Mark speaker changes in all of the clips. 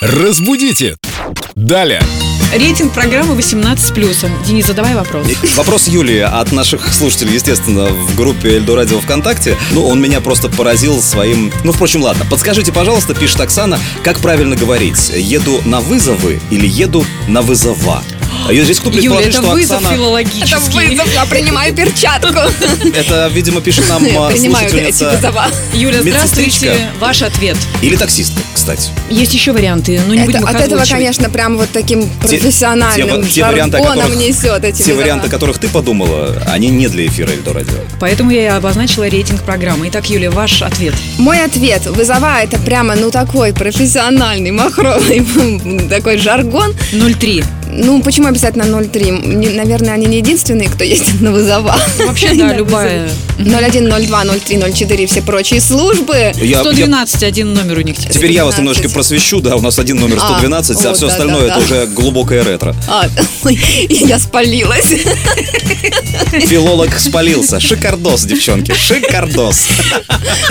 Speaker 1: Разбудите! Далее.
Speaker 2: Рейтинг программы 18 с плюсом. Денис, задавай вопрос.
Speaker 3: Вопрос Юлии от наших слушателей, естественно, в группе Эльдорадио ВКонтакте. Ну, он меня просто поразил своим... Ну, впрочем, ладно. Подскажите, пожалуйста, пишет Оксана, как правильно говорить? Еду на вызовы или еду на вызова? А я здесь кто
Speaker 2: Юля,
Speaker 3: предположит,
Speaker 2: это
Speaker 3: что
Speaker 2: вызов
Speaker 3: Оксана...
Speaker 2: филологический.
Speaker 4: Это вызов, я принимаю перчатку. Ну,
Speaker 3: Это, видимо, пишет нам а,
Speaker 4: Принимаю эти
Speaker 3: слушательница...
Speaker 4: вызова.
Speaker 2: Юля, здравствуйте.
Speaker 3: Медсестричка.
Speaker 2: Ваш ответ.
Speaker 3: Или таксистка, кстати.
Speaker 2: Есть еще варианты, но не
Speaker 4: Это-
Speaker 2: будем их
Speaker 4: от этого,
Speaker 2: озвучивать.
Speaker 4: конечно, прям вот таким
Speaker 3: Те-
Speaker 4: профессиональным
Speaker 3: те варианты, о
Speaker 4: жаргоном
Speaker 3: которых-
Speaker 4: несет эти
Speaker 3: Те
Speaker 4: вызова.
Speaker 3: варианты, о которых ты подумала, они не для эфира Эльдорадио.
Speaker 2: Поэтому я и обозначила рейтинг программы. Итак, Юля, ваш ответ.
Speaker 4: Мой ответ. Вызова это прямо, ну, такой профессиональный, махровый, такой жаргон.
Speaker 2: 0,3.
Speaker 4: Ну, почему обязательно 0,3? Не- Наверное, они не единственные, кто ездит на вызова.
Speaker 2: Ну, Вообще, да, любая.
Speaker 4: 01, 02, 03, 04, все прочие службы.
Speaker 3: Я- я
Speaker 2: 112 один номер у них теперь.
Speaker 3: Теперь я вас
Speaker 4: 112.
Speaker 3: немножечко просвещу, да, у нас один номер 112, а,
Speaker 4: вот,
Speaker 3: все
Speaker 4: да,
Speaker 3: остальное
Speaker 4: да,
Speaker 3: это
Speaker 4: да.
Speaker 3: уже глубокое ретро.
Speaker 4: А, я спалилась.
Speaker 3: Филолог спалился. Шикардос, девчонки, шикардос.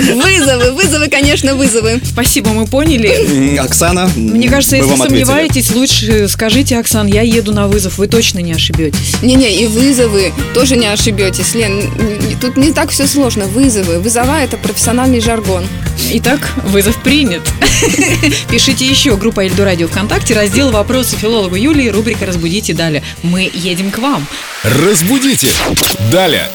Speaker 4: Вызовы, вызовы, конечно, вызовы.
Speaker 2: Спасибо, мы поняли.
Speaker 3: М, Оксана,
Speaker 2: Мне кажется,
Speaker 3: мы
Speaker 2: если
Speaker 3: вам ответили.
Speaker 2: сомневаетесь, лучше скажите, Оксан, я еду на вызов, вы точно не ошибетесь.
Speaker 4: Не-не, и вызовы тоже не ошибетесь, Лен. н- н- Тут не так все сложно. Вызовы. Вызова – это профессиональный жаргон.
Speaker 2: Итак, вызов принят. Пишите еще. Группа Эльду Радио ВКонтакте, раздел «Вопросы филологу Юлии», рубрика «Разбудите далее». Мы едем к вам.
Speaker 1: Разбудите! Далее.